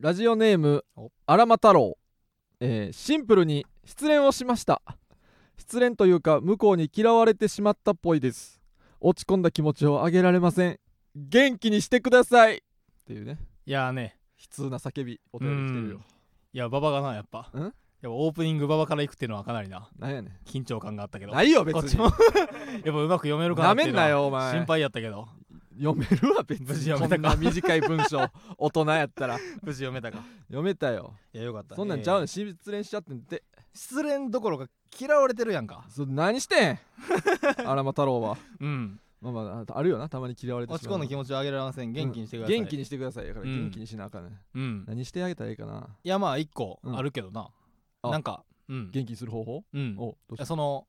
ラジオネーム荒間太郎、えーシンプルに失恋をしました失恋というか向こうに嫌われてしまったっぽいです落ち込んだ気持ちをあげられません元気にしてくださいっていうねいやーね悲痛な叫びお便り来てるうよんいや馬場がなやっぱんやっぱオープニング馬場から行くっていうのはかなりななんやね緊張感があったけんどないよ別こっちにも やっぱうまく読めるかなっていなめうのはんなよお前心配やったけど読めるわ別無事に読こめたんかな短い文 章大人やったら無事読めたか読めたよいやよかったねそんなんちゃうねん失恋しちゃってんって失恋どころか嫌われてるやんかそ何して ん荒間太郎はうんまあまああるよなたまに嫌われて落ち込んだ気持ち持ちを上げられません元気にしてください元気にしてくださいだからうん元気にしなあかんね、うん何してあげたらいいかないやまあ一個うんあるけどなあなんかうん元気にする方法うんおどうしたその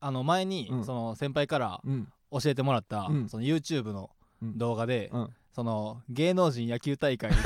あの前にうんその先輩からうん教えてもらったうんその YouTube のうん動画でうんその芸能人野球大 会の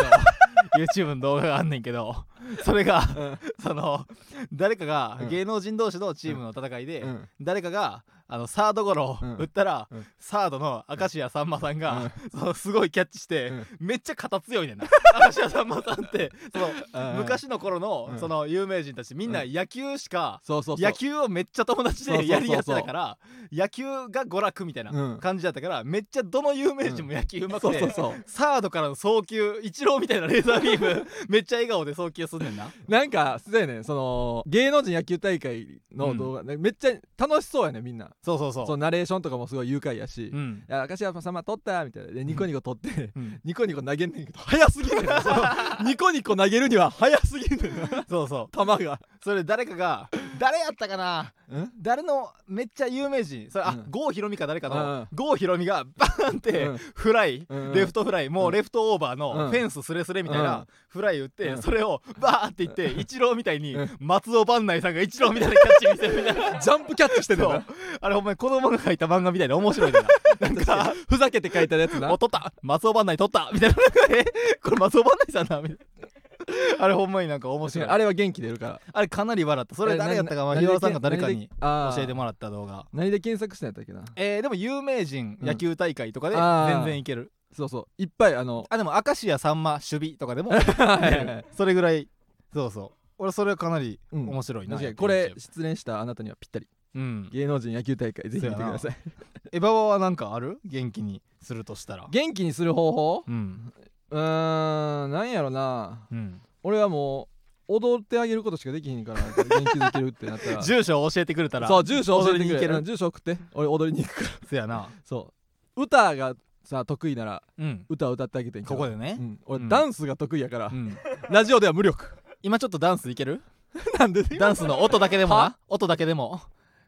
YouTube の動画があんねんけどそれがうんその誰かがうん芸能人同士のチームの戦いでうん誰かがあのサードゴロうんを打ったら、うんサードの明石家さんまさんが、そのすごいキャッチして、うんめっちゃ肩強 いねんな明石家さんまさんってそのうん昔の頃の、うんその有名人たちみんなう野球しか、そうそうそう野球をめっちゃ友達そうそうでそうやり合ってたから野球が娯楽みたいうんな感じだったから、めっちゃどの有名人も野球うまそうくて、そうそうサードからの送球イチローみたいなレーザービ ームめっちゃ笑顔で送球すんねんな。なんかそうやねんその芸能人野球大会の動画、めっちゃ楽しそうやねんみんなそうそうそう。そうナレーションとかもすごい愉快やし、ういんや明石家さんま撮ったみたいなでニコニコ撮って、うんニコニコ投げんねんけど早すぎるねんそ のニコニコ投げるには早すぎるねんなそうそう球がそれ誰かが誰やったかな誰のめっちゃ有名人それ、うあん郷ひろみか誰かうんうのん郷ひろみがバーンってうんフライ、うんうんレフトフライもうレフトオーバーうんのフェンススレスレみたいうんなフライ打って、うんそれをバーっていってイチローみたいにうん松尾伴内さんがイチローみたいなキャッチ見せるみたいなジャンプキャッチしてんねんそうなあれお前子供が書いた漫画みたいで面 白いねんななんかふざけて書いたやつなお取った松尾伴内取ったみたいなえこれ松尾伴内さんだみたいなあれほんまになんか面白いあれは元気出るからあれかなり笑ったそれ誰やったかまあえひろさんが誰かに教教えてもらった動画何で検索したんやったっけなえー、でも有名人うん野球大会とかであー全然いける、そうそういっぱいあ のあでも明石家さんま守備と かでもはいはいはいそれぐらいそうそう俺それはかなりうん面白いな、確かに YouTube これ、失恋したあなたにはぴったりうん、芸能人野球大会ぜひ見てくださいエババはなんかある元気にするとしたら元気にする方法うんうーんなんやろなうん、俺はもう踊ってあげることしかできへんから元気づけるってなった ら住所を教えてくれたらそう住所教えて踊りにく行けれるうん住所送って俺踊りに行くからそやなそう歌がさ得意ならうん歌を歌ってあげてんけどここでねう、ん、俺、うんダンスが得意やから、うん、ラジオでは無力 今ちょっとダンスいけるなんでねダ ンスの音だけでもなは音だけでも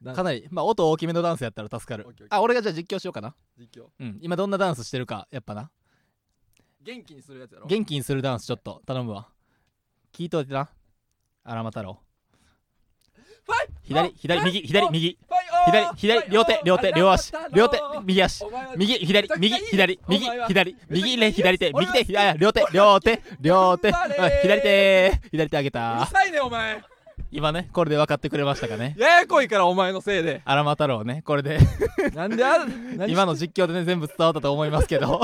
ダンスかなりまあ音大きめのダンスやったら助かるオッケーオッケーあ俺がじゃあ実況しようかな実況うん今どんなダンスしてるかやっぱな元気にするやつやろ元気にするダンスちょっと頼むわ聞いといてな荒間太郎ファイ左左右左右ファイ左左両手両手両足両手右足お前は右左めち右ゃくちゃいい左お前右は左右ねめちゃくちゃいい左手俺右は手左両手両手両手うん頑張れ左手左手あげうるたさいねお前今ねこれで分かってくれましたかねややこいからお前のせいで荒間太郎ねこれでなんであ何 今の実況でね全部伝わったと思いますけ ど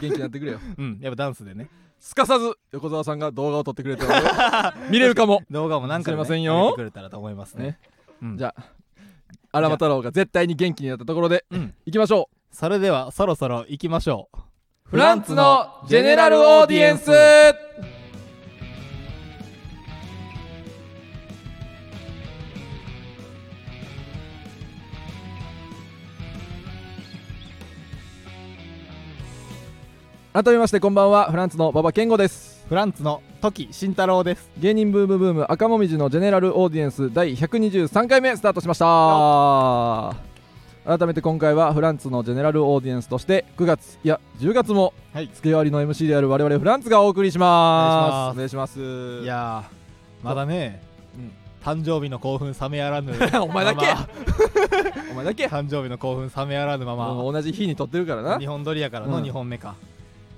元気になってくれようんやっぱダンスでねすかさず横澤さんが動画を撮ってくれたら見れるかも動画も何回も、ね、すいませんよ見てくれたらと思いますねねうんじゃあ荒俣太郎が絶対に元気になったところで、うん行きましょうそれではそろそろ行きましょうフランツのジェネラルオーディエンス改めましてこんばんはフランツの馬場健吾ですフランツの時慎太郎です芸人ブームブーム赤もみじのジェネラルオーディエンス第123回目スタートしました改めて今回はフランツのジェネラルオーディエンスとして9月いや10月もはい付け割りの MC である我々フランツがお送りしますお願いしますいいやーまだね、うん誕生日の興奮冷めやらぬ お前だけままお前だけ誕生日の興奮冷めやらぬまま同じ日に撮ってるからな日本撮りやからのうん2本目か、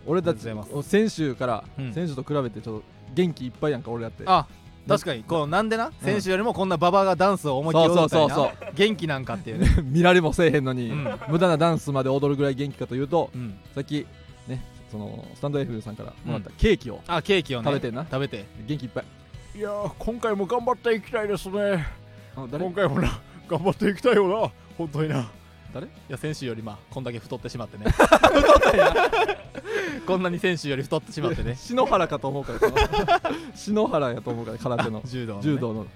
俺たあちりがとうござ先週から、うん先週と比べてちょっと元気いっぱいやんか俺だってあ確かにこのなんでな、先週よりもこんなババがダンスを思いっきり踊ったりなそうそう元気なんかっていうね 見られもせえへんのに、うん無駄なダンスまで踊るぐらい元気かというとうんさっきねそのスタンド F さんからもらったケーキをあケーキをね食べてんな食べて元気いっぱい、いやー今回も頑張っていきたいですねあ誰今回もな頑張っていきたいよな本当にないや選手よりまあこんだけ太ってしまっ てねこんなに選手より太ってしまってね篠原かと思うから 篠原やと思うから空手の柔道のね柔道の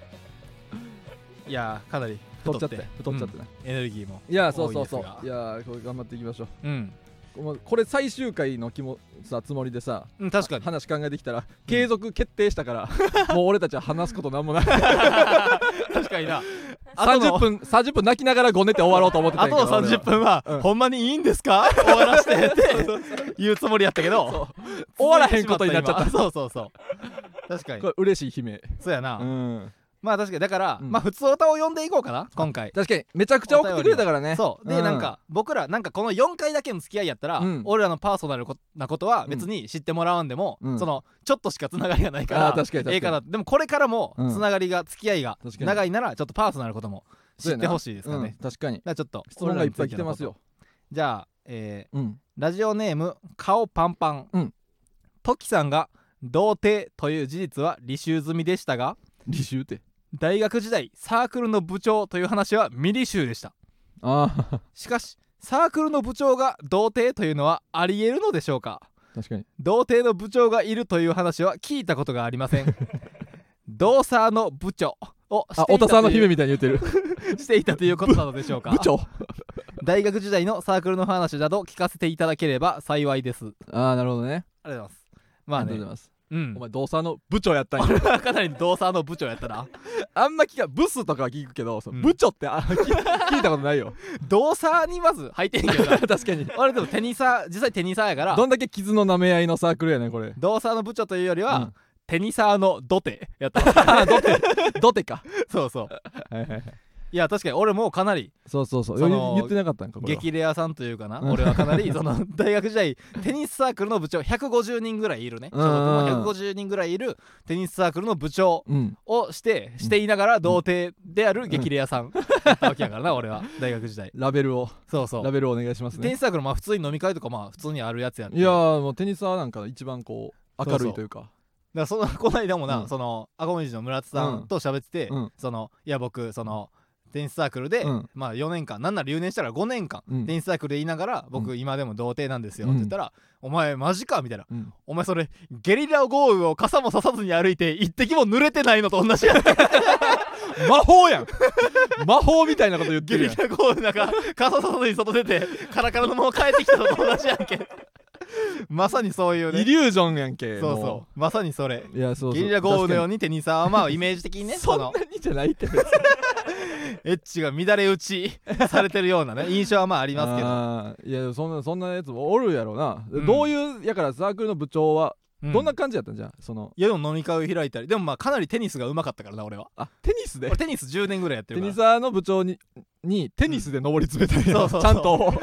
いやーかなり太っち太ゃっってて太っちゃってね、エネルギーもいやそうそうそう多いですがいやーこれ頑張っていきましょううん、もうこれ最終回の気もさつもりでさうん、確かに話考えてきたら継続決定したから、 もう俺たちは話すことなんもない確かにな後の30分30分泣きながらごねて終わろうと思ってたあんやとけのど俺は30分は、うんほんまにいいんで すか終わらしてって言うつもりやったけどそう終わらへんことになっちゃったたそうそうそう確かにこれ嬉しい悲鳴そうやな、うんまあ確かにだから、うんまあ普通歌を読んでいこうかな今回確かにめちゃくちゃ送ってくれたからねそうで、うんなんか僕らなんかこの4回だけの付き合いやったら、うん俺らのパーソナルこなことは別に知ってもらわんでも、うんそのちょっとしかつながりがないからあー確かに確かにええかなでもこれからもうんつながりが付き合いが確かに長いならちょっとパーソナルことも知ってほしいですからね、うん確かにじゃあちょっと質問がいっぱい来てますよじゃあ、えーうんラジオネーム顔パンパン、うんトキさんが童貞という事実は履修済みでしたが履修って大学時代サークルの部長という話は未履修でしたああしかしサークルの部長が童貞というのはありえるのでしょうか 確かに童貞の部長がいるという話は聞いたことがありませ ん同サーの部長をしてあい太た田さんのとい姫うみたいに言ってるしていたということなのでしょうか部長大学時代のサークルの話など聞かせていただければ幸いですああなるほどねありがとうございますあまありがとうごねざいますうんお前同差の部長やったんやかなり同サーの部長やったなあんま聞かブスとかは聞くけどそううん部長ってあ聞聞い たことないよ同サーにまず入ってんけど な確かに俺でもテニサー実際テニサーやからどんだけ傷の舐め合いのサークルやねんこれ同サーの部長というよりは、うんテニサーの土手やった あドテドテかそうそうはいはいはいいや確かに俺もかなりそうそうそうそ言の言ってなかったんかこれは激レアさんというかなうん俺はかなりそ の大学時代テニスサークルの部長150人ぐらいいるねう所ん属の150人ぐらいいるテニスサークルの部長うんをしてしていながら童貞である激レア さんだったわけやからな俺は大学時代ラベルをそうそラうベルをお願いしますテニねスサークルまあ普通に飲み会とかまあ普通にあるやつやんいやーもうテニスはなんか一番こう明るいというかだからそのこの間もな、うんその赤文字の村津さんと喋ってて、うんそのいや僕そのテニスサークルで、うんまあ4年間なんなら留年したら5年間、うんテニスサークルでいながら僕今でも童貞なんですよ、うんって言ったら「お前マジか」みたいなうん「お前それゲリラ豪雨を傘もささずに歩いて一滴も濡れてないのと同じやん魔法 やん魔法みたいなこと言ってゲるリやんラ豪雨なんか傘ささずに外出てカラカラのまま帰ってきたのと同じやんけ」まさにそういうイねリュージョンやんけそうそうまさにそれういやそうそうゲリラ豪雨のようにテニスはまあイメージ的にね そんなのにじゃないってエッチが乱れ打ちされてるようなね印象はまあありますすけど、けどいやそんなそんなやつもおるやろな、うんどういうやからサークルの部長はうどんな感じやったんじゃん、そのいやでも飲み会を開いたりでもまあかなりテニスが上手かったからな俺はあテニスで俺テニス10年ぐらいやってテるかニらサーの部長ににテニスで上り詰めたんや、 うんそうそうそうちゃんと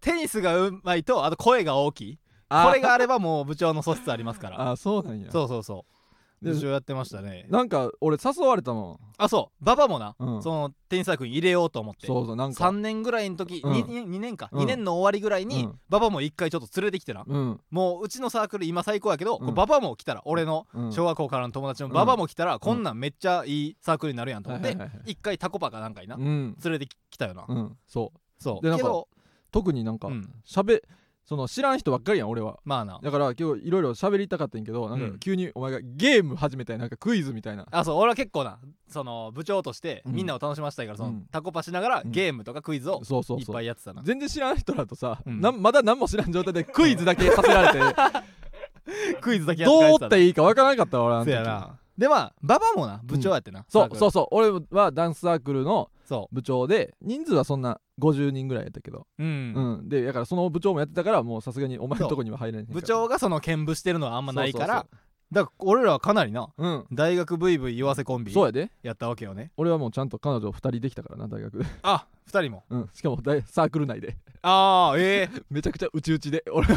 テニスが上手いとあと声が大きいあーこれがあればもう部長の素質ありますからあそうなんやそうそうそうで部長やってましたねなんか俺誘われたもあそう馬場もな、ん、うん、そのテニスサークルに入れようと思ってそうそうなんか3年ぐらいの時、うんにに 2, 年か、うん2年の終わりぐらいに、うん馬場も1回ちょっと連れてきてな、うん、もううちのサークル今最高やけど、こううん馬場も来たら俺のうん、小学校からの友達のうんババも来たらこんなんめっちゃいいサークルになるやんと思っはいてはいはいはい一回タコパかなんかになうん、連れてきたよなうん、そうそうでなんけかど特になんかうん喋、その知らん人ばっかりやん俺はまあなだから今日いろいろ喋りたかったんやけどなんうかん急にお前がゲーム始めたいなんかクイズみたいな、あそう俺は結構なその部長としてうんみんなを楽しませたいからそうのんタコパしながらうんゲームとかクイズをそうそういっそうぱいやってたな全然知らん人だとさ、うんなんまだ何も知らん状態でクイズだけさせ られてクイズだけやってどう帰おっっててたいいかわからんかったわ俺あなのせ時やなでまあババもな部長やってなサそークうルそうそう俺はダンスサークルのそ部長で人数はそんな50人ぐらいやったけど、うううんんでだからその部長もやってたからもうさすがにお前のとこには入れない部長がその兼務してるのはあんあまないからだから俺らはかなりなうそう大学ブイブイ言わせコンうんビそうやでやったわけよね俺はもうちゃんと彼女2人できたからな大学で、あ二人もうん、 しかも大サークル内で ああええめちゃくちゃうちうちで俺が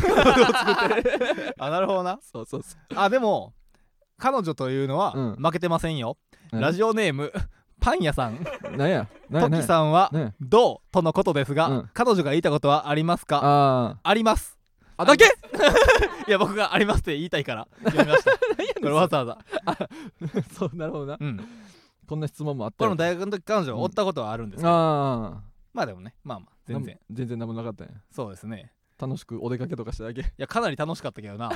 あなるほどなそうそうそあでも彼女というのはうん負けてませんよ、うんラジオネームパン屋さん うなんやなんやなトんキやさんはねどうとのことですが、うん彼女が言いたことはありますかああ りますーあだけいや僕がありますって言いた いからやめましたこれわざわざそうなるほどなうんこんな質問もあったこれよも大学の時彼女うん追ったことはあるんですけど、ああまあでもねまあまあ全然なん全然何もなかったんやそうですね楽しくお出かけとかしただけ いやかなり楽しかったけどな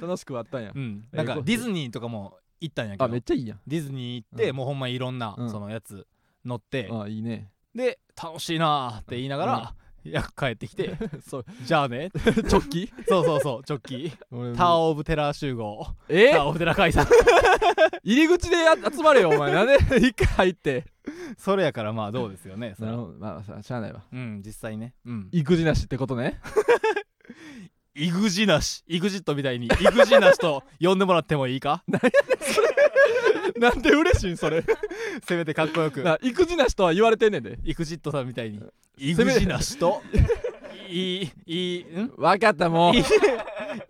楽しくはあったんやうんなえんかーディズニーとかも行ったんやけあどめっデちゃいいやんィズニー行って、うんもうほんまいろんな、うんそのやつ乗って、あいいねで楽しいなーって言いながら、いや帰ってきて そうじゃあね 直帰そうそうそうチョッキータワー・オブ・テラー集合えタワー・オブ・テラー解散入り口でや集まれよお 前なんで一回入ってそれやからまあどうですよねそなれるはほどまあさしゃあないわうん実際ねうん育児なしってことねイグジなしイグジットみたいにイグジなしと呼んでもらってもいいか なんで嬉しいんそれせめてかっこよくな育児なしとは言われてんねんでイグジットさんみたいにイせグめてジなしといいいいんわかったもう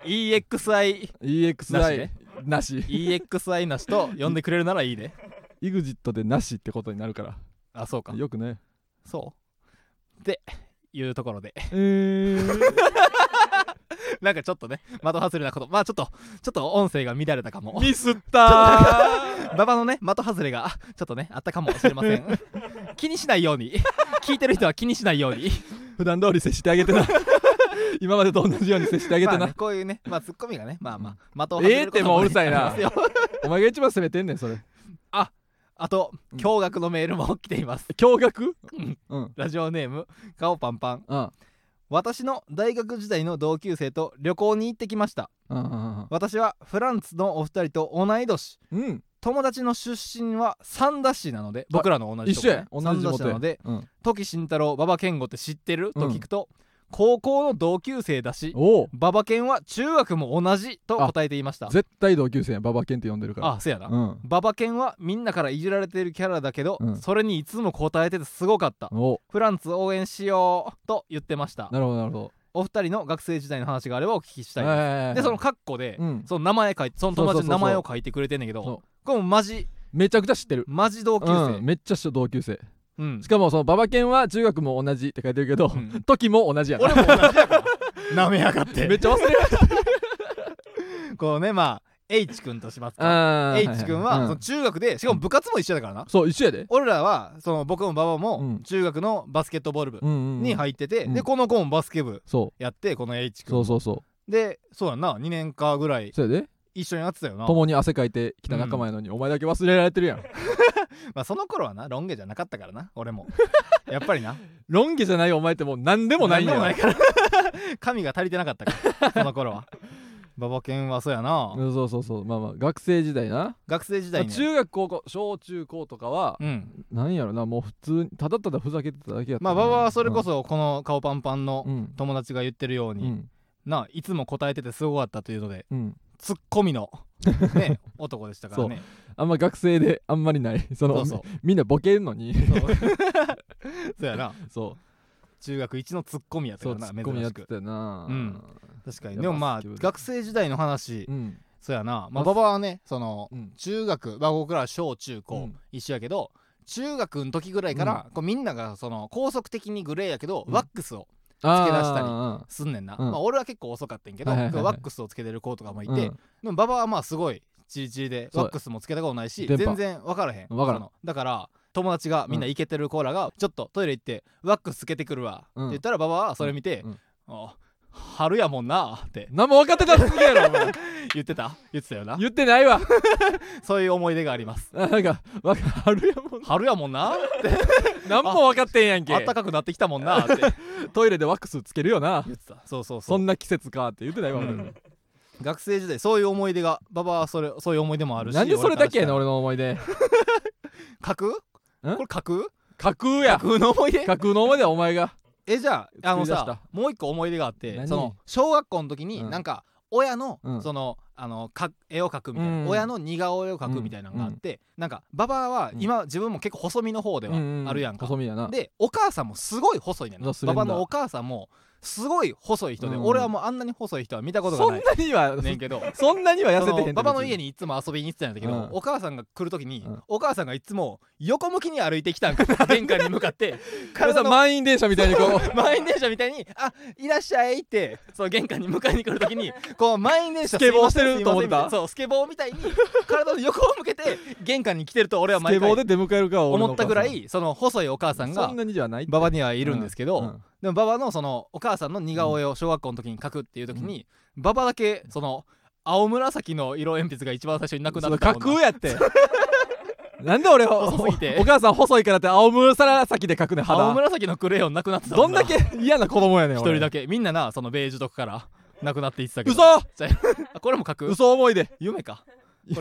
EXI EXI なし EXI なしと呼んでくれるならいいね EXIT でなしってことになるかあそうからよくねそうっていうところで え ーなんかちょっとね的外れなことまあちょっとちょっと音声が乱れたかもミスったー 馬場のね的外れがちょっとねあったかもしれま せん気にしないように聞いてる人は気にしないように普段通り接してあげて な今までと同じように接してあげてな、まあねこういうねまあツッコミがねまあまあ的を外ええれっるてこともううねるさいなありますよお前が一番責めてんねんそれ あと驚愕のメールも来ています驚愕うんうんラジオネーム顔パンパンあ私の大学時代の同級生と旅行に行ってきましたああ私はフランスのお二人と同い年うん友達の出身は三田市なので僕らの同じと一こ緒ねや同じ地三田市元なやのでうん、時慎太郎馬場健吾って知ってるとうん聞くと、高校の同級生だしおお馬場健は中学も同じと答えていました絶対同級生やババケンって呼んでるからあせやな、うん馬場健はみんなからいじられてるキャラだけど、うんそれにいつも答えててすごかったおフランツ応援しようと言ってましたなるほどなるほどお二人の学生時代の話があればお聞きしたいです、えでそのカッコで、うんその名前書いてその友達の名前を書いてくれてんねんけどそうこれもマジめちゃくちゃ知ってるマジ同級う生ん、めっちゃ知ってる同級生うんしかもそのババケンは中学も同じって書いてるけど、うん時も同じやな俺も同じ やからなめやがってめっちゃ忘れるこうねまあ H 君としますかあ H 君はうんその中学でしかも部活も一緒だからなそう一緒やで俺らはその僕も馬場うもん中学のバスケットボール部うんうんうんに入っててうんでこの子もバスケ部そうやってこの H そ君うそうそうでそうやんな2年間ぐらいそうやで一緒にやってたよな共に汗かいてきた仲間やのに、お前だけ忘れられてるやんまあその頃はなロン毛じゃなかったからな 俺もやっぱりなロン毛じゃないお前ってもう何でもないんや何でも ないから髪が足りてなかったからその頃は馬場健はそうやなうんそうそうそうまあまあ学生時代な、学生時まあ代に中学高校小中高とかは、うんなんやろなもう普通にただただふざけてただけやったまなあ馬場はそれこそこの顔パンパンのうん友達が言ってるよううにんないつも答えててすごかったというのでうん、ツッコミ の、ね、男でしたからねあんま学生であんまりない そのそうそうみんなボケるのにそうそうやなそ中学一のツッコミやっうた そかうツらッなコミや珍っしてくたよなうん確かやにっぱでもまあ好きよね学生時代の話うんそうやなまあまあ馬場はねそのうん中学まあ僕らは小中う高ん一緒やけど中学の時ぐらいからこうみんながその高速的にグレーやけどうんワックスをあーつけ出したりあすんねんなうんまあ俺は結構遅かったんやけどはいはいワはいはいックスをつけてる子とかもいーてでも馬場はまあすごいチリチリでそうワックスもつけたことないし電波全然分からへん分からんそのだから友達がみんなイケてる子らがちょっとトイレ行ってワックスつけてくるわってうん言ったら馬場はそれ見てうんうん「あ春やもんな」ってうん、何も分かってたらすげえやろお 前言ってた言ってたよな言ってないわそういう思い出がありますあなんか分かるやもん春やもんな何も分かってんやんけあったかくなってきたもんなってトイレでワックスつけるよな言ってたそうそうそそうんな季節かって言ってないわ、う俺ん学生時代そういう思い出が馬場はそれそういう思い出もあるしなんでそれだけやねん俺俺の思い出架空これ架空架空や架空の思い出 架空の思い出はお前がえじゃああの作り出したさもう一個思い出があって何その小学校の時うにんなんか親の、うんそのあのか絵を描くみたいな、うん親の似顔絵を描くみたいなのがあって、なんかババアはうん今、自分も結構細身の方ではあるやんか、細身やなでお母さんもすごい細いねんそうなスレンダバーバアのお母さんもすごい細い人で、うん俺はもうあんなに細い人は見たことそがんないなには ねんけどそんなには痩せてへんそてのババの別家にいつも遊びに行ってたんだけど、うんお母さんが来るときに、うんお母さんがいつも横向きに歩いてきたんか玄関に向かって皆さ体んの満員電車みたいにこう満員電車みたいに「あいらっしゃい」ってそう玄関に迎えに来るときに こう満員電ス車ケボーしてるすいませんと思ってたすいませんみいなそうスケボーみたいに体の横を向けて玄関に来てると俺はス毎ケボー回で出迎えるか思ったぐらいその細いお母さんそがんなにじゃない馬場にはいるんですけど、うんうんでも馬場のそのお母さんの似顔絵を小学校の時に描くっていう時に、馬場だけその青紫の色鉛筆が一番最初になくそなっのた架空やって なんで俺を細すぎてお母さん細いからって青紫で描くねん青肌紫のクレヨンなくなってたどんだけけ嫌な子供やねん一人だけみんななそのベージュとかからなくなっていってたけど嘘あ これも描く嘘思い出夢か こ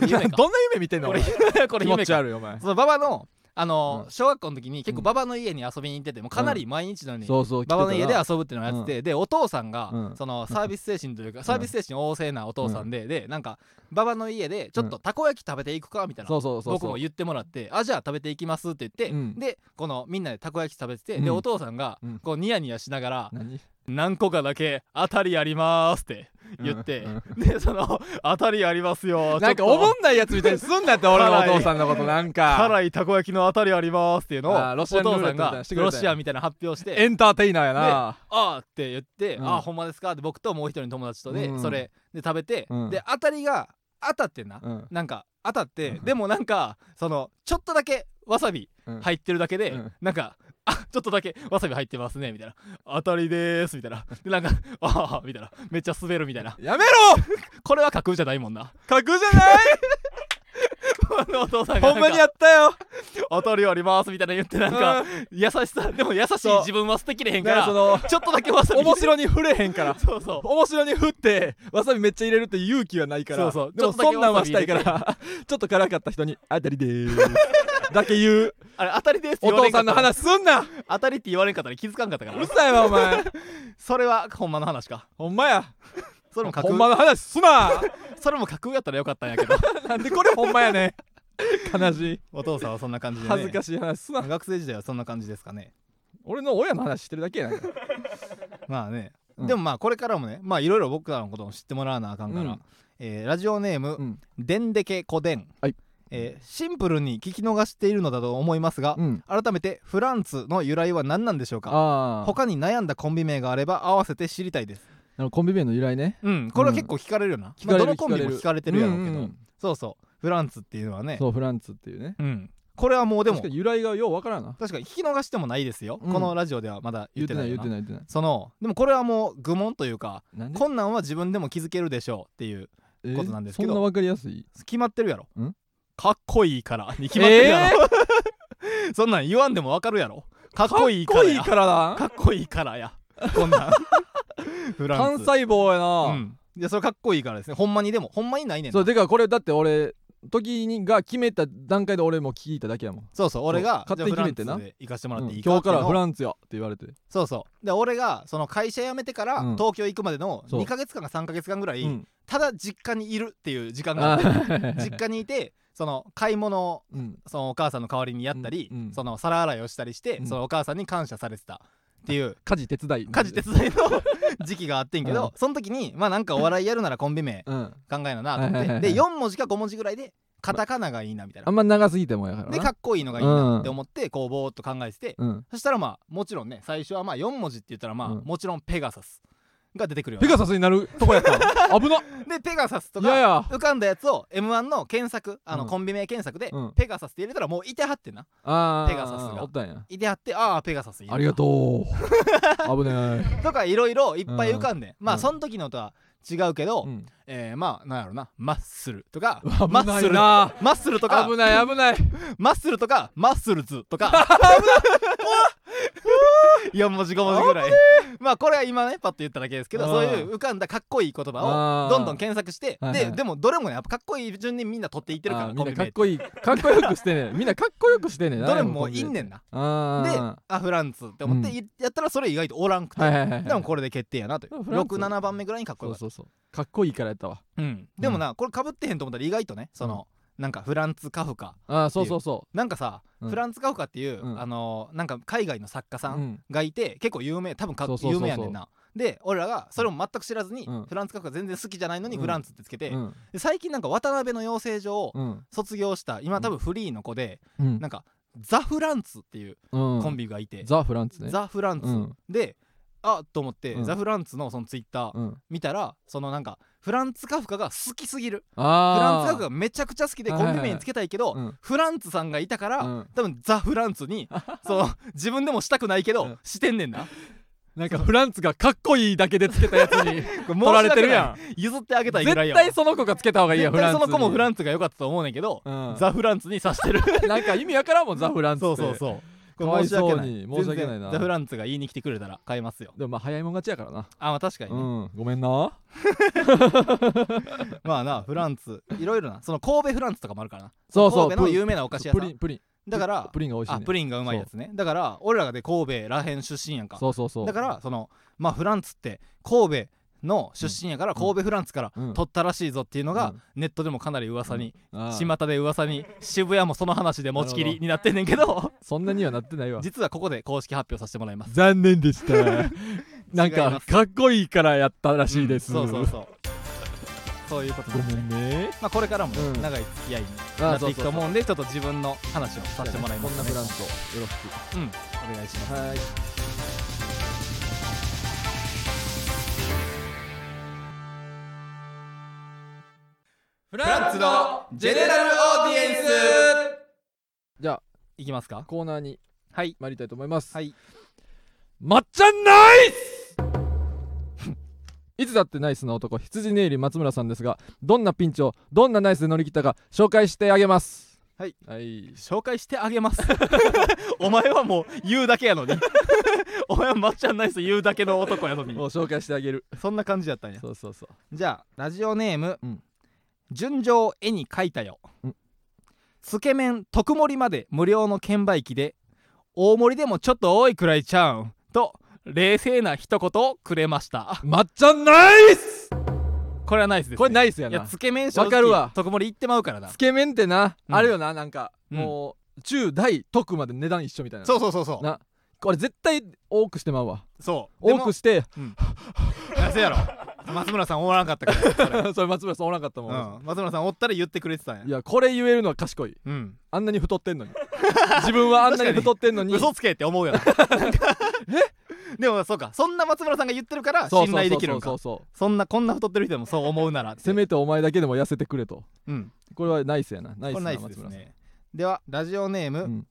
どれんな夢か夢見てんのこれ俺夢これ 気持夢ちか悪いよお前その馬場のあの、うん小学校の時に結構うん馬場の家に遊びに行っててもうかなり毎日のようにそうそう馬場の家では遊ぶっていうのをやってて、でお父さんが、うんそのサービス精神というか、サービス精神旺盛なお父さんで、でなんか馬場の家でちょっとたこ焼き食べていくかみたいな、そうそうそうそう僕も言ってもらってあじゃあ食べていきますって言って、うんでこのみんなでたこ焼き食べてて、うんでお父さんが、うんこうニヤニヤしながら何「何個かだけ当たりあります」って言って、うんでその「当たりありますよ」なんちかょっおともんないやつみたいにすんなって俺のお父さんのことなんか辛いたこ焼きの当たりありますっていうのをあーロおシアンル父ーレさットみんたいながのしてくれたんロやシアみたいな発表してエンターテイナーやなあーって言って、うんあーほんまですかって僕ともう一人の友達とで、うんそれで食べて、うんで当たりが当たってんな、うんなんか当たって、うんでもなんかそのちょっとだけわさびうん入ってるだけで、うんなんかあちょっとだけわさび入ってますねみたいな当たりでーすみたいなでなんかああみたいなめっちゃ滑るみたいなやめろ これは架空じゃないもんな架空じゃ ないあのお父さんがほんまにやったよ当たりありますみたいな言ってなんか、う優 しさでも優しい自分は捨てきれへんかなんらかそのちょっとだけわさび面白に触れへんからそうそう面白に振ってわさびめっちゃ入れるって勇気はないからそうそうでもちょっとだそけんなんわはさしびた入れいてから ちょっと辛かった人に「当たりでーす」だけ言うあれ当たりですってお言われ父んさかんったの話すんな当たりって言われんかったら気づかんかったかうらるさいわお前それはほんまの話かほんまやそれも架ほ空んまの話す なそれも架空やったらよかったんやけ どなんでこれほんまやねん悲しいお父さんはそんな感じで、ね、恥ずかししい話すな学生時代はそんな感じですかね俺の親の話してるだけやないかまあね、うんでもまあこれからもねまあいろいろ僕らのことも知ってもらわなあかんから、うんえーラジオネーム、うんでんでけこでん、はいえーシンプルに聞き逃しているのだと思いますが、うん改めてフランツの由来は何なんでしょうかあ他に悩んだコンビ名があれば合わせて知りたいですあコンビ名の由来ねうんこれは結構聞かれるよな、聞まかれあどるのコンビも聞かれてるやろうけど、うんうんそうそうフランツっていうのはねそうフランツっていうねうんこれはもうでも確かに由来がようわからんな確かに聞き逃してもないですよ、うんこのラジオではまだ言言っっててなないいよ言ってなない言ってないそのでもこれはもう愚問というかなんで困難は自分でも気づけるでしょうっていうえーことなんですけどそんなわかりやすい決まってるやろんかっこいいからに決まってるやろ、そんなん言わんでもわかるやろかっこいいからかっやこいいからなかっこいいからやこん なんフラン関ス西棒やうな、んいやそれかっこいいからですねほんまにでもほんまにないねんそそうてかこれだって俺時にが決めた段階で俺も聞いただけやもん、うそう俺がそうじゃあフラン勝手に決めてなスで行かせてもらうっんていいか今っ日かていうのらをフランツやって言われてそうそうで俺がその会社辞めてからうん東京行くまでのそう2ヶ月間か3ヶ月間ぐらい、うんただ実家にいるっていう時間がああ ってー実家にいてその買い物をうんそのお母さんの代わりにやったり、うんうんその皿洗いをしたりして、うんそのお母さんに感謝されてたっていう家事手伝い家事手伝いの 時期があってんけど、うんその時にまあなんかお笑いやるならコンビ名うん考えななと思はいはいっはいてで4文字か5文字ぐらいでカタカナがいいなみたいあ。なんま長すぎてもやからなでかっこいいのがいいなって思ってこうぼーっと考えててうんそしたらまあもちろんね最初はまあ4文字って言ったらまあうんもちろんペガサスが出てくるよペガサスになるとこやった 危なでペガサスといかやいや浮かんだやつを M1 の検索あのうんコンビ名検索でうんペガサスって入れたらもういてはってなあーペガサスがおったんやいてはってああペガサスいるなありが とう危ない、とかいろいろいっぱい浮かんでまあうんその時のとは違うけどうん、えーまあなんやろなマッスルとか危マなッスいルなマッスルとか危ない危ないマッスルとかマッスルズ とか4文字5文字ぐらいまあこれは今ねパッと言っただけですけどうんそういう浮かんだかっこいい言葉あをーどんどん検索してはいはでいでもどれもねやっぱかっこいい順にみんな取っていってるかあらーコみんンビなか名っこいいかっこよくしてねみんなかっこよくしてね どれももういんねんなあでーあフランツって思っていやったらそれ意外とおらんくて、はいはいはいでもこれで決定やなというでもフランツ67番目ぐらいにかっこそうよかったそうそうかっこいいからやったわうんでもな、これかぶってへんと思ったら意外とねその、なんかフランツ・カフカあーそうそうそなんかさ、うんフランツ・カフカっていう、うんあのーなんか海外の作家うさうんんがいて、結構有名多分かそうそうそうそう有名やねんなで俺らがそれも全く知らずに、うんフランス革が全然好きじゃないのにうんグランツってつけて、うんで最近なんか渡辺の養成所をうん卒業した今多分フリーの子で、うんなんかザ・フランツっていうコンビがいて、ザ・フランツねザ・フランツ、うんであっと思って、うんザ・フランツのそのツイッターうん見たらそのなんかフランツ・カフカが好きすぎるフラあンーツ・カフカがめちゃくちゃ好きであコーはいはンいビ名につけたいけど、うんフランツさんがいたから、うん多分ザ・フランツ にその自分でもしたくないけど、うんしてんねんななんかフランツがかっこいいだけでつけたやつに取取られてるやん譲ってあげたいぐらい絶や対その子がつけた方がいいや絶フラ対ンそツの子もフランンツが良かったと思うねんけど、うんザ・フランツにさしてる なんか意味わからんもんザ・フランツっそてうそうそかうわいそうにこ申れし訳ないな全然ザ・フランツが言いに来てくれたら買えますよでもまあ早いもん勝ちやからなあまあ確かにうね、んごめんなまあなフランツいろいろなその神戸フランツとかもあるからなそうそう神戸のプリン有名なお菓子屋プさリんンプリンだからプリンが美味しいあねプリンがうまいやつねだから俺らがで神戸らへん出身やんかそうそうそうだからそのまあフランツって神戸の出身やからうん神戸フランツからうん取ったらしいぞっていうのうがんネットでもかなり噂にあー巷で噂に渋谷もその話で持ちなきるりほになってんねんけどそんなにはなってないわ 実はここで公式発表させてもらいます残念でした なん違いまかすかっこいいからやったらしいです、そうそうそうそういうことでごめんねまあこれからもうん長い付き合いにあなっていくと思うんでちょっと自分の話をさせてもらいまこんなすフランねツをよろしくうんお願いしますはい。フランツのジェネラルオーディエンスじゃあいきますかコーナーにはい参りたいと思います。はいまっちゃんナイス いつだってナイスな男羊ネイリ松村さんですがどんなピンチをどんなナイスで乗り切ったか紹介してあげますはい、はい、紹介してあげます お前はもう言うだけやのに お前はまっちゃんナイス言うだけの男やのにもう紹介してあげるそんな感じだったんやそうそうそうじゃあラジオネーム、うん純情絵に描いたよ、うんつけ麺特盛りまで無料の券売機で大盛りでもちょっと多いくらいちゃうんと冷静な一言をくれましたまっちゃんナイスこれはナイスです、ね、これナイスやいなやつけ麺正直わかるわ特盛り行ってまうからなつけ麺ってな、うんあるよななんか、うんもう中大特まで値段一緒みたいなそうそうそうそなこれ絶対多くしてまうわうそう多くししてせやろ松村さんおらんかった からそれそれ松村さんおらんかったもん、 うん、松村さんおったら言ってくれてたんいややこれ言えるのは賢いうんあんなに太ってん のに自分はあんなに太ってんのに嘘つけって思うよ なえでもそうかそんな松村さんが言ってるからそう信頼できるそんかうそうそうそうそんなこんな太ってる人でもそう思うならってせめてお前だけでも痩せてくれとうんこれはナイスやなナイこスれなナイスで松す村さん、ねではラジオネーム、うん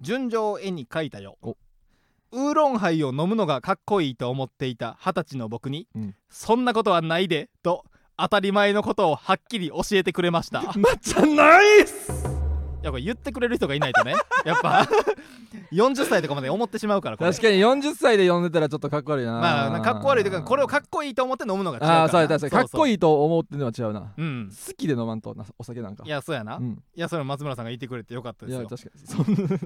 純情を絵に描いたよおウーロンハイを飲むのがかっこいいと思っていた二十歳の僕に、うんそんなことはないでと当たり前のことをはっきり教えてくれました いまっちゃんナイスやこれ言ってくれる人がいないとねやっぱ 40歳とかまで思ってしまうからこれ確かに40歳で呼んでたらちょっとかっこ悪いなまあなんかかっこ悪いというかこれをかっこいいと思って飲むのが違うからああーそうや確かにかっこいいいいと思ってんのは違うなうん好きで飲まんとなお酒なんかいやそうやな、ういんやそれは松村さんが言ってくれてよかったいですやよ確かにそん な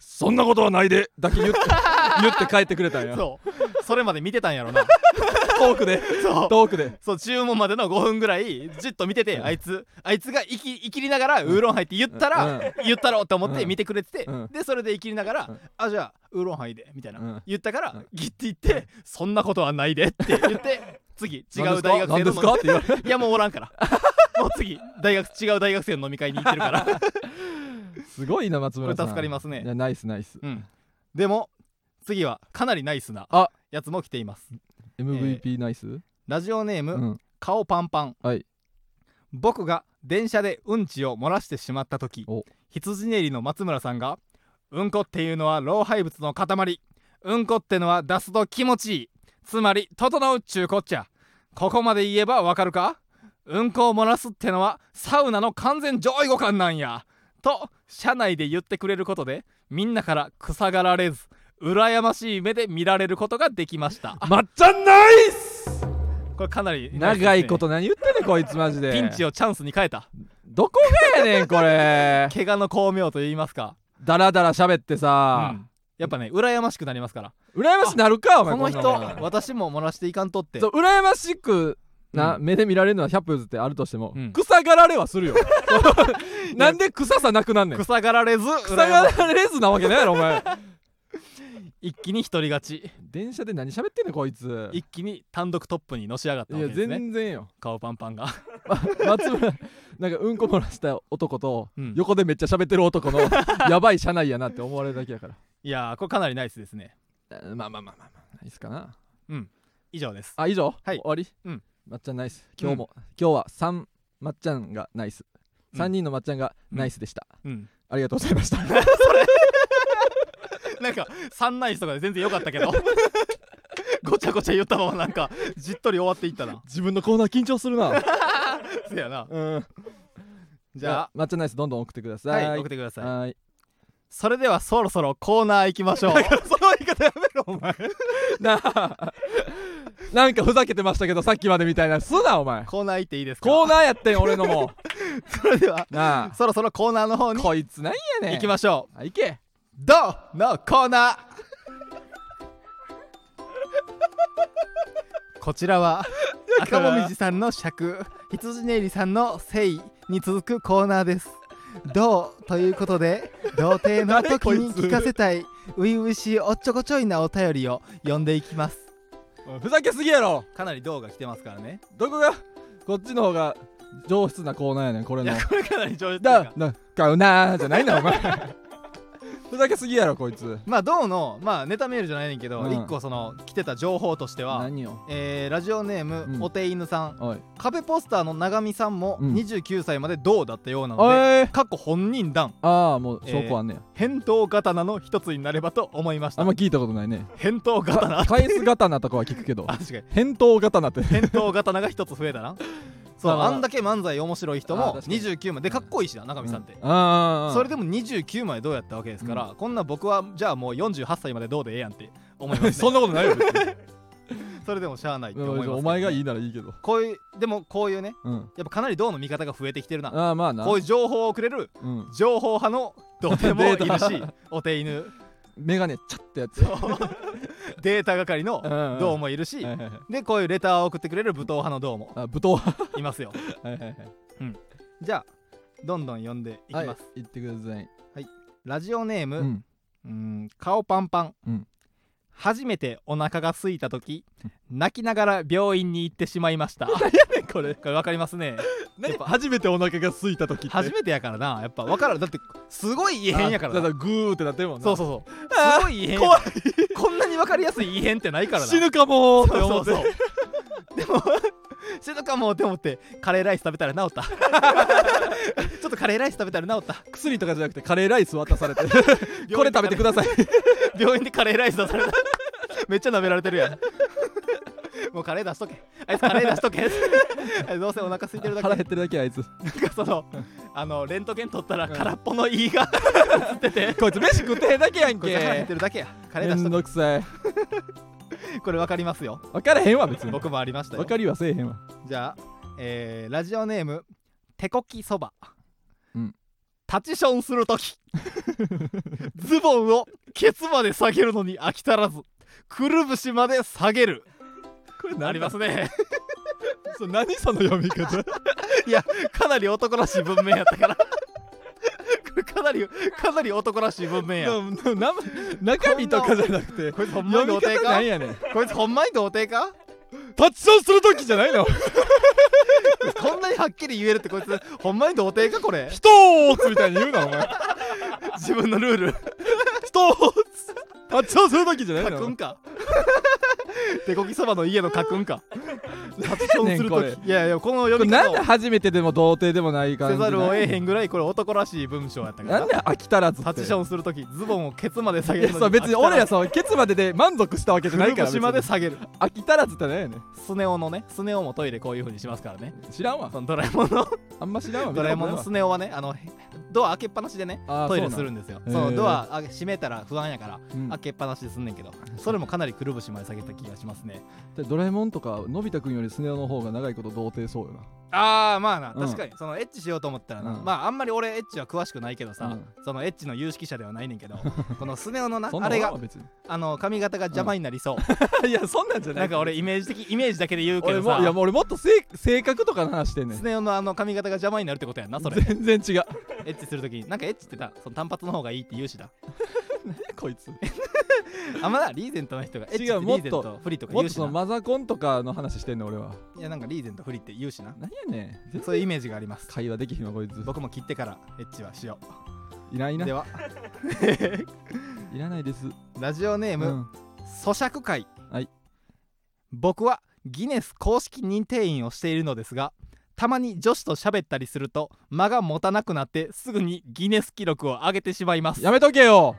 そんなことはないでだけ言って 言って帰ってくれたんやそうそれまで見てたんや ろなトークでそうトークでそう注文までの5分ぐらいじっと見ててうんあいつあいつが生き生きりながらウーロンハイって言ったら、うん言ったろうと思ってうん見てくれてて、うんでそれで生きりながら、うんあじゃあウーロンハイでみたいな、うん言ったから、うんギッて言って、そんなことはないでって言って 次違う大学生何のですか何ですかって言われいやもうおらんから もう次大学違う大学生の飲み会に行ってるから すごいな松村さんこれ助かりますねいやナイスナイスうんでも次はかなりナイスなあやつも来ています MVP ナイスラジオネーム、うん顔パンパン、はい僕が電車でうんちを漏らしてしまった時お羊ねりの松村さんが「うんこっていうのは老廃物の塊うんこってのは出すと気持ちいいつまり整うっちゅうこっちゃここまで言えばわかるかうんこを漏らすってのはサウナの完全上位互換なんや」と社内で言ってくれることでみんなから草がられず羨ましい目で見られることができましたまっちゃんナイスこれかなり長いことと何言ってんねんこいつマジでピンチををチャンスに変えたどこがやねんこれ 怪我の巧妙と言いますか、 ダラダラ喋ってうさんやっぱね羨ましくなりますから羨ましなるかおこ前のんな人もん私も漏らしていかんとってそう羨ましくな、う目で見られるのは100歩譲ってあるとしても、うん草がられはす るよ なんで臭さなくなんねん 草がられず草がられずなわけないやろお前一気に独り勝ち 電車で何喋ってんねんこいつ一気に単独トップにのし上がったいわけやですね全然よ顔パンパンが ま松村なんかうんこ漏らした男とうん横でめっちゃ喋ってる男の やばい車内やなって思われるだけやからいやーこれかなりナイスですねあまあまあまあまあまあナイスかな以上ですあ以上、はい終わり、うんまっちゃんナイス今日も、今日は3まっちゃんがナイスうん3人のまっちゃんがナイスでした、 うんありがとうございましたなんか3ナイスとかで全然良かった けどごちゃごちゃ言ったままなんかじっとり終わっていったな 自分のコーナー緊張するなそやな うんじゃあまっちゃんナイスどんどん送ってくださいはい送ってくださいはいそれではそろそろコーナー行きましょう その言い方やめろお前なあなんかふざけてましたけどさっきまでみたいなすなお前コーナー行っていいですかコーナーやってん俺のもそれではなそろそろコーナーの方あにこいつなんやねん行きましょうあ行けどうのコーナー こちら は赤もみじさんの尺羊ねいりさんの誠意に続くコーナーですどうということで童貞の時に聞かせた い初々しいおっちょこちょいなお便りを読んでいきますおいふざけすぎやろかなり動が来てますからねどこがこっちの方が上質なコーナーやねんこれのこれかなり上手だな買うなーじゃないなお前ふざけすぎやろこいつまあどうのまあネタメールじゃないねんけど、うん一個その来てた情報としては何よえーラジオネーム、うんおて犬さんおい壁ポスターの長見さんもうん29歳までどうだったようなのおいで、過去本人談ああもう証拠あんねん、返答刀の一つになればと思いましあたんま聞いたことないね返答刀か返す刀とかは聞くけどあ確かに返答刀って返答刀が一つ増えた なそうまあまああんだけ漫才面白い人あも確かに29までかっこいいしな長見さんって、うんああそれでもも29までどうやったわけですから、こんな僕はじゃあもう48歳までどうでええやんって思います、ね、 そんなことないよ別にそれでもしゃあないって思いますけどね、お前がいいならいいけどこういうでもこういうねうんやっぱかなり銅の見方が増えてきてるなああまあなこういう情報をくれるうん、情報派の童貞もいデるしーお手犬メガネチャッてやってデータ係のん銅ももいるしでこういうレターを送ってくれる武闘派の銅もあ武闘派いますよはいはいはいじゃあどんどん読んでいきます、はい行ってくださいラジオネーム、うんうーん顔パンパン、うん初めてお腹が空いた時泣きながら病院に行ってしまいました これこれ分かりますねねやっぱ初めてお腹が空いた時って初めてやからなやっぱ分かるだってすごい異変やからあだなからグーってなってるもんなそうそうそうすごい異変怖こんなに分かりやすい異変ってないからな死ぬかもーってそ思うってそうそう でも死ぬかもって思ってカレーライス食べたら治った ちょっとカレーライス食べたら治った薬とかじゃなくてカレーライス渡されて これ食べてください病院でカレーライス出された めっちゃ舐められてるやんもうカレー出しとけあいつカレー出しとけあいつどうせお腹空いてるだけ腹減ってるだけあいつなんかそのあのレントゲン取ったら空っぽの胃が映っててこいつ飯食ってへんだけやんこいつ 腹減っけてるだけやカレーめ出しんとどくさいけこれ分かりますよ分からへんわ別に僕もありましたよ分かりはせえへんわじゃあ、えーラジオネーム手こきそば、うんタチションするとき ズボンをケツまで下げるのに飽き足らずくるぶしまで下げるこれありますねそう何その読み方 いやかなり男らしい文面やったから これかなりかなり男らしい文面やなな中身とかじゃなくてこいつほんま読に童み方貞なかんやねんこいつほんまに童貞かタッチションする時じゃない のこんなにはっきり言えるってこいつほんまに童貞かこれ人を打つみたいに言うなお前 自分のルール人をタッチションする時じゃない家の訓か 手こきそばの家の 家訓か発音することれきいやいやこの読これみな方んをで初めてでも童貞でもない感せじざるを得へんんぐらいこれ男らしい文章やったかならんで飽きたらずって発音するときズボンをケツまで下いげやるのそう別に俺らすそうケツまでで満足したわけじゃないからくるぶしまで下げる別に飽きたらずってなんやねんスネ夫のねスネ夫もトイレこういう風にしますからね知らんわそのドラ えもんのあんま知らんわドラえもんのスネ夫はねあのドア開けっぱなしでねトイレするんですよへそーのドアあ閉めたら不安やからうん開けっぱなしですんねんけどそれもかなりくるぶしまで下げた気がしますねでドラえもんとかのび太くんよりスネ夫の方が長いこと童貞そうよなあーまあなうん確かに、そのエッチしようと思ったらな、うんまああんまり俺エッチは詳しくないけどさ、うんそのエッチの有識者ではないねん けどこのスネ夫のなそんなあんおれらんがわ別にあの髪型が邪魔になりそ う、いやそんなんじゃなんか俺イメージ的イメージだけで言うけ俺どもいやさもう俺もっと性性格とかの話してんねんスネ夫のあの髪型が邪魔になるってことやんなそれ全然違う エッチするときになんかエッチってたその単発の方がいいって言うしだこいつあまだリーゼントの人がエッチ違うってもリっーとゼントフリとかもっ言とうしそのなマザコンとかの話してんの俺はいやなんかリーゼントフリって言うしな何やねん全然そういうイメージがあります会話できひんわこいつ僕も切ってからエッチはしよいらんいうなでいはらないです、ラジオネーうム、ん、咀嚼会、はい僕はギネス公式認定員をしているのですがたまに女子と喋ったりすると間が持たなくなってすぐにギネス記録を上げてしまいますやめとけよ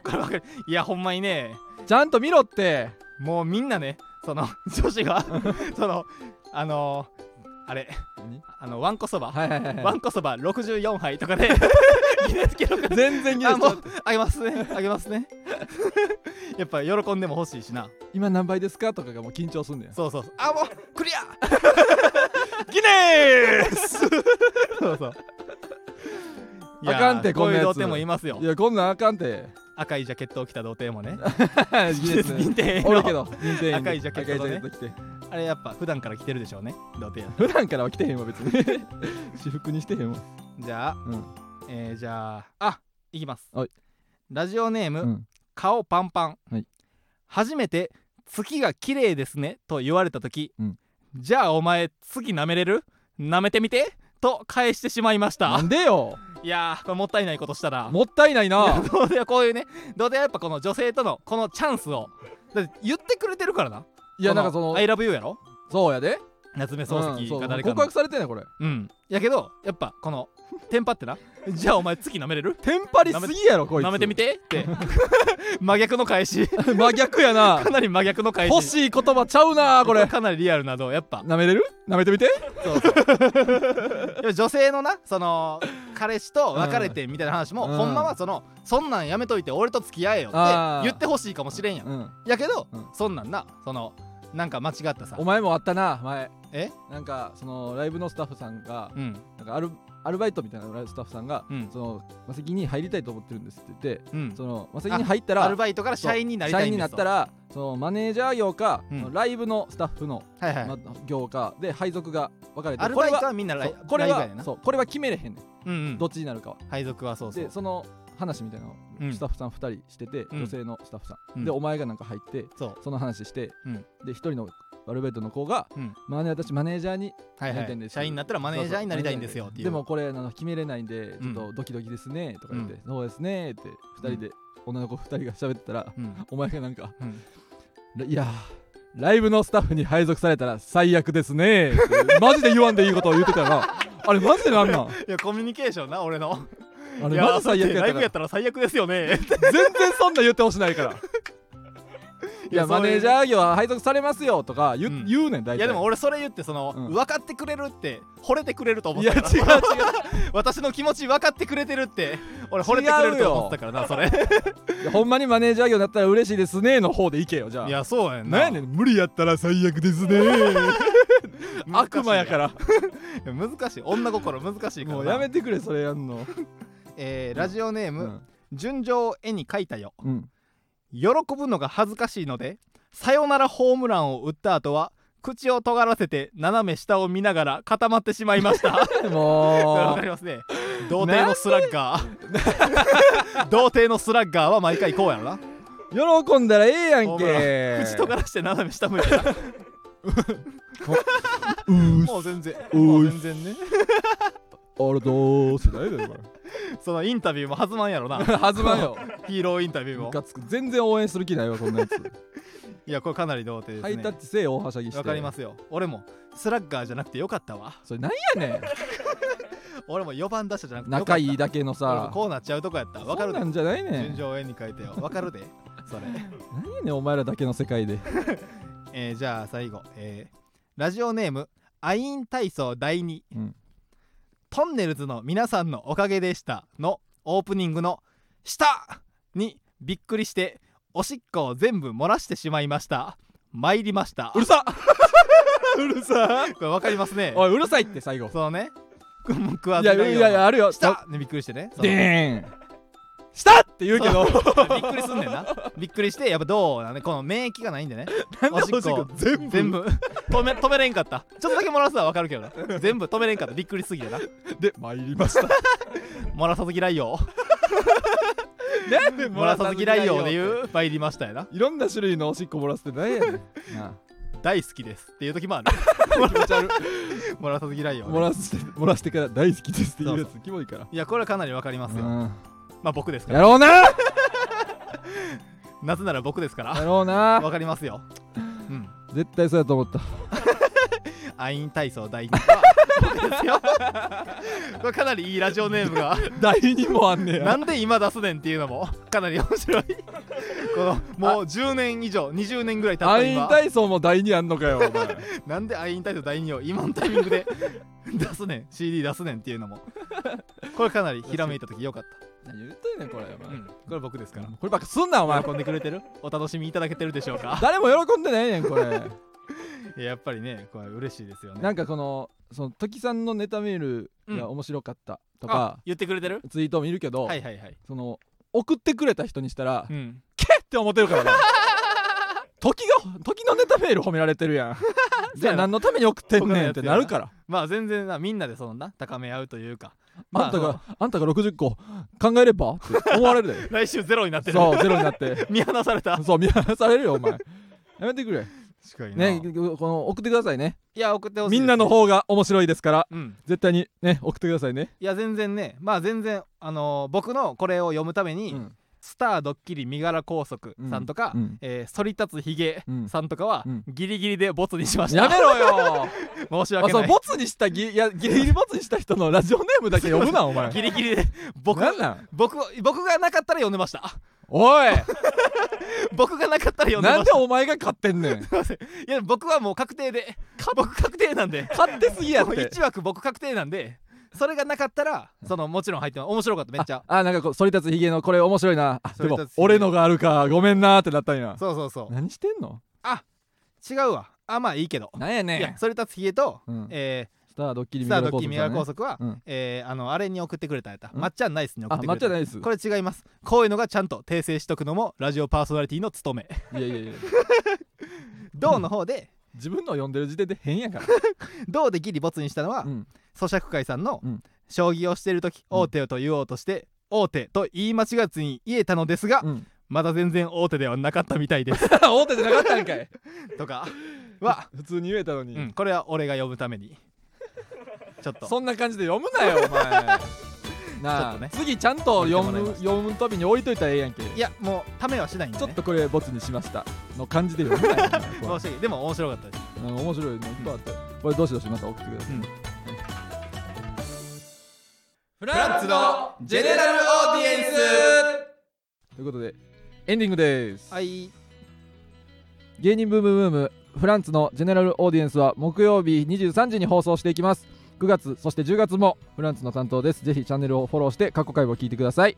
いやほんまにねちゃんと見ろってもうみんなねその女子 がそのあのー、あれあのわんこそば、はいはいはいわはいんこそば64杯とか でギネス記録全然ギネあスもうあげますねあげますね やっぱ喜んでも欲しいしな今何倍ですかとかがもう緊張すんねんそうそうそうあもうクリア ギネースそうそういやーあかんてここんういうなや童つ貞もいますよいやこんなんあかん て赤いジャケットを着た童貞もねギネス認定おのるけど認定員で赤いジャケットとね赤いジャケット着てあれやっぱ普段から着てるでしょうね童貞や普段からは着てへんわ別に 私服にしてへんわじゃあうんえー、じゃああいきますはいラジオネーム、うん顔パンパン、はい初めて「月が綺麗ですね」と言われた時、うんじゃあお前月舐めれる舐めてみてと返してしまいましなたんでよいやーこれもったいないことしたらもったいないなどうせこういうねどうせやっぱこの女性とのこのチャンスをだって言ってくれてるからないいやなんかその I love you やろそうやで夏目漱うん石そうが誰か告の白されてんねんこれうんやけどやっぱこのテンパってなじゃあお前月舐めれるテンパりすぎやろ こいつ舐めてみてって真逆の返し 真逆や なかなり真逆の返し欲しい言葉ちゃうなこれかなりリアルなどやっぱ舐めれる舐めてみてそうそう でも女性のなその彼氏と別れてみたいな話も、うんほんまはそのそんなんやめといて俺と付き合えよってあー言ってほしいかもしれんやんうんやけど、うんそんなんなそのなんか間違ったさお前もあったな前えなんかそのライブのスタッフさんがうんなんかアルアルバイトみたいなライブスタッフさんがうんそのマセキに入りたいと思ってるんですって言ってうんそのマセキに入ったらアルバイトから社員になりた社い員んにでなっすとたらそのマネージャー業か、うんそのライブのスタッフの、はいはい、ま、業かで配属が分かれてアルバイトはみんなライこれライバーはやそうこれはなそうこれは決めれへんねんうんうんどっちになるかは配属はそうそうでその話みたいなのをうんスタッフさん2人してて、ん女性のスタッフさん、うんでお前がなんか入ってそうその話して、うんで1人のアルバイトの子が、うんマネ私マネージャーにはいは入りたいんでいす社員になったらマネージャーになりたいんですよっていうでもこれあの決めれないんでちょっうとドキドキですねとか言って、そうですねって2人で、女の子2人が喋ってたら、うんお前がなんかうんいやーライブのスタッフに配属されたら最悪ですねってマジで言わんでいいことを言ってたよなあれマジでなんなん いやコミュニケーションな俺のあいれやマジ最悪だってやライかブやらったら最悪ですよね全然そんな言ってほしないからいやそうマいうネージャー業は配属されますよとか言,、ううん言うねん大体いやでも俺それ言ってその、うん分かってくれるって惚れてくれると思っいたや違かうら違う私の気持ち分かってくれてるって俺惚れてくれると思ってたからなそれいやほんまにマネージャー業になったら嬉しいですねの方でいけよじゃあいやそうやんなんやねん無理やったら最悪ですね 悪魔やからら難しい女心難しいからもなうやめてくれそれやんのえーラジオネーうム、ん、純情を絵に描いたようん、喜ぶのが恥ずかしいのでさよならホームランを打った後は口を尖らせて斜め下を見ながら固まってしまいました わもかりますね童貞のスラッガー 童貞のスラッガーは毎回こうやろなう喜んだらええやんホ ームけ口尖らして斜め下向いてなもう全然もう全然ねあれどうせないだよそのインタビューも弾まんやろ なはずまんよヒーローインタビュームもカつく全然応援する気ないわこんなやつ、いやこれかなり童貞ハですイタッねチせえ大はしゃぎしてわかりますよ俺もスラッガーじゃなくてよかったわそれなんやね俺も4番打者じゃなくんてよかった仲いいだけの俺もさこうなっちゃうとこやったわかそるでんなんじゃないねん順情絵に描いてよわ かるでそれ、何やねんお前らだけの世界 でえーじゃあ最後、えーラジオネームアイン体操第2、うんトンネルズの皆さんのおかげでしたのオープニングの下にびっくりしておしっこを全部漏らしてしまいました参りましたうるさうるさこれわかりますねおいうるさいって最後そのねこうもう食わいずやい内容のやいやあるよ下にびっくりしてねそのでーんしたって言うけど びっくりすんねんなびっくりしてやっぱどうなねこの免疫がないんでねなんでおしっこ全部全部止め止めれんかったちょっとだけ漏らすのはわかるけどな全部止めれんかったびっくりすぎてなで参りました漏らさず嫌いよなん で漏らさず嫌いよでういう参りましたやないろんな種類のおしっこ漏らすって何 やねんなあ大好きですっていう時 もある気持ち悪い漏らさず嫌いよ漏らして漏らしてから大好きですっていうやつキモいからいやこれはかなりわかりますよまあ僕ですからやろうななぜなら僕ですから やろうなわかりますようん絶対そうやと思 ったアイン体操第2は 僕ですよこれかなりいいラジオネームが第2もあんね なんで今出すねんっていうのも かなり面白いこのもう10年以上20年ぐらい経ったアイン今体操も第2あんのかよお前なんでアインタイトル第2を今のタイミングで 出すねん CD 出すねんっていう のもこれかなりひらめいた時よかっ何言ってんねんこれおた、前うん、これ僕ですからこればっかすんなお前喜んでくれてるお楽しみいただけてるでしょうか誰も喜んでないねん これいややっぱりねこれ嬉しいですよねなんかこのその時さんのネタメールが面白かったとあか、言ってくれてるツイートもいるけど、はいはいはいその送ってくれた人にしたら、うんけって思ってるから ね時が時のネタメール褒められてるや んじゃあ何のために送ってんねんってなるからまあ全然なみんなでそのな高め合うというかあまあんたがあんたが60個考えればって思われるで来週ゼロに なってるそうゼロになって見放されたそう見放されるよお前やめてくれ確かになねこの送ってくださいねいや送ってほしいですみんなの方が面白いですからうん絶対にね送ってくださいね、いや全然ねまあ全然あのー僕のこれを読むために、うんスタードッキリ身柄拘束さんとか、うんえー、反り立つひげうんさんとかは、うんギリギリでボツにしましたやめ ろよ申しあ訳そなういボツにしたギいやギリギリボツにした人のラジオネームだけ呼ぶなお前 ギリギリで僕なんなん僕僕がなかったら読んでました おい僕がなかったら読んでなまんしでお前が勝ってんねんたいや僕はもう確定で僕確定なんで勝手すぎやっもうて1枠僕確定なんでそれがなかったらそのもちろん入ってます面白かっためっちゃあなんかこう反り立つひげのこれ面白いなあで反りも立つひげ俺のがあるかごめんなーってなったんやそうそうそ何してんのう違うわあまあいいけどなんやねんいやそれ立つひげと、うんえスタードッキー、リスミタラーードコッキリミラーー高ス速は、うんえーあのあれに送ってくれたやった、うんまっちゃんナイスに送あってく抹れた茶ないですこれ違いますこういうのがちゃんと訂正しとくのもラジオパーソナリティの務めいやいやいやどうの方で自分の読んでる時点で変やから、どうでギリボツにしたのは、うん咀嚼会さんの、うん将棋をしている時うん王手をと言おうとして、王手と言い間違えずに言えたのですが、うん、まだ全然王手ではなかったみたいです大手じゃなかったん かいと かは、普通に言えたのに、うんこれは俺が呼ぶためにちょっとそんな感じで読むなよお 前なちょっあ、とね次ちゃんと読読んでもらいむま読むたびに置いといたらええやんけいやもうためはしないんで、ちね、ょっとこれボツにしましたの感じで読むなよお前申し訳で も面白かったですうん面白いのいっぱいあって、これどしどしまた送ってください、うんフランツのジェネラルオーディエンスということでエンディングです、はい芸人ブームブームフランツのジェネラルオーディエンスは木曜日23時に放送していきます9月そして10月もフランツの担当ですぜひチャンネルをフォローして過去回を聞いてください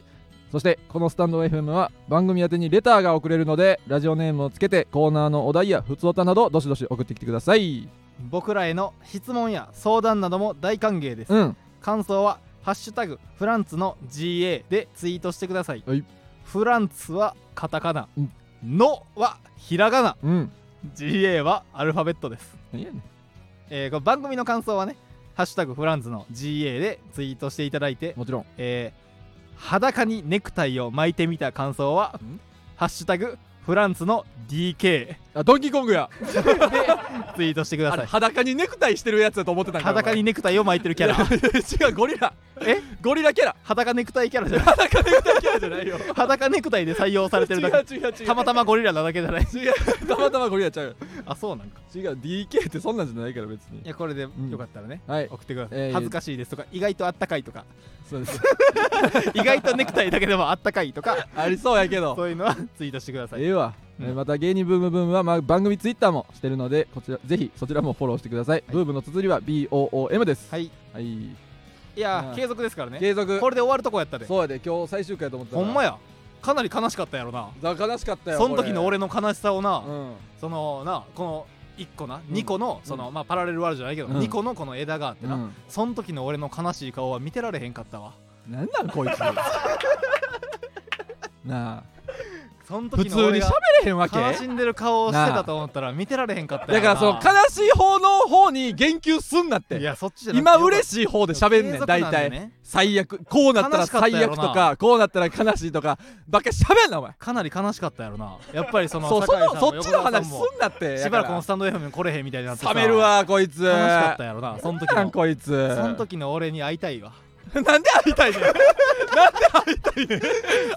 そしてこのスタンド FM は番組宛てにレターが送れるのでラジオネームをつけてコーナーのお題やふつおたなどどしどし送ってきてください僕らへの質問や相談なども大歓迎ですうん感想は「ハッシュタグフランツの GA」でツイートしてください、はいフランツはカタカナ、うんのはひらがなうん GA はアルファベットです、何やねんえーこの番組の感想はね「ハッシュタグフランツの GA」でツイートしていただいて、もちろんえー裸にネクタイを巻いてみた感想はん「ハッシュタグフランツの DK あドンキーコングや」でツイートしてくだあされい裸にネクタイしてるやつだと思ってたんか裸にネクタイを巻いてるキャララ 違うゴリラえゴリラキャラ裸ネクタイキャラじゃない裸ネクタイキャラじゃないよ裸ネクタイで採用されてるだけ違う違う違うたまたまゴリラなだけじゃない違うたまたまゴリラちゃう あそうなんか違う DK ってそんなんじゃないから別にいやこれでよんかったらね、はい送ってください、えー恥ずかしいですとか意外とあったかいとかそうです 意外とネクタイだけでもあったかいと かありそうやけどそういうのは ツイートしてください、ええわ、うんえーまた芸人ブームブームは、まあ、番組ツイッターもしてるのでこちらぜひそちらもフォローしてください、ブームの綴りは BOOM ですはいはい、いやうーん継続ですからね継続これで終わるとこやったでそうやで今日最終回やと思ってたほんまややかなり悲しかったやろな悲しかったよその時のこれ俺の悲しさをな、うんそのなこの1個なうん2個の、そのまあパラレルワールドじゃないけど、うん2個のこの枝があってな、うんその時の俺の悲しい顔は見てられへんかったわ なんなんこいつなあその普時通の俺にが喋れへんわけ悲しんでる顔をしてたと思ったら見てられへんかっただからそのか悲しい方の方に言及すんなっいてやそっちじゃなくて今嬉しい方で喋んねん大体、ね、最悪こうなったら悲しかった最や悪ろなとかこうなったら悲しいとかばっかり喋んなお前かなり悲しかったやろなやっぱりそのそうそ酒井さのんもそっちの横田話さんすもんなってしばらくこのやスタンド FM に来れへんみたいになってからさ冷めるわこいつ悲しかったやろなその時なんのこいつその時の俺に会いたいわなんで会い たいねんなんで会いたいねんそ会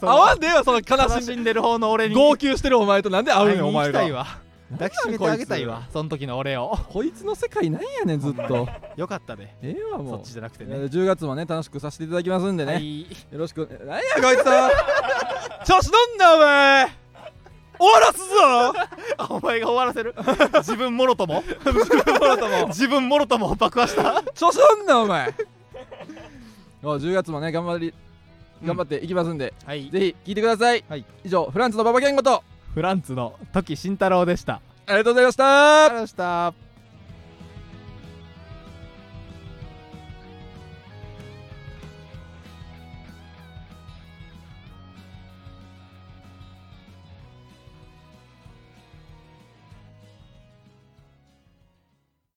のわんでええよその悲悲ししんんでる方の俺でに号泣してるお前となんで会うね会いんおに行前きたいがわ抱きしめてあげたいわその時の俺をこいつの世界なんやねんずっとよかったでええわそもっうちじゃなくてえねー10月もね楽しくさせていただきますんでね、はいよろしく何やこいつ 調子乗んなお前終わらすぞあお前が終わら せる自分もろとも 自分もろとも爆破した調子乗んなお前 もう10月もね頑張りうん頑張っていきますんで、はいぜひ聞いてください、はい以上フランスの馬場健吾とフランツの時慎太郎でしたありがとうございましたありがとうございました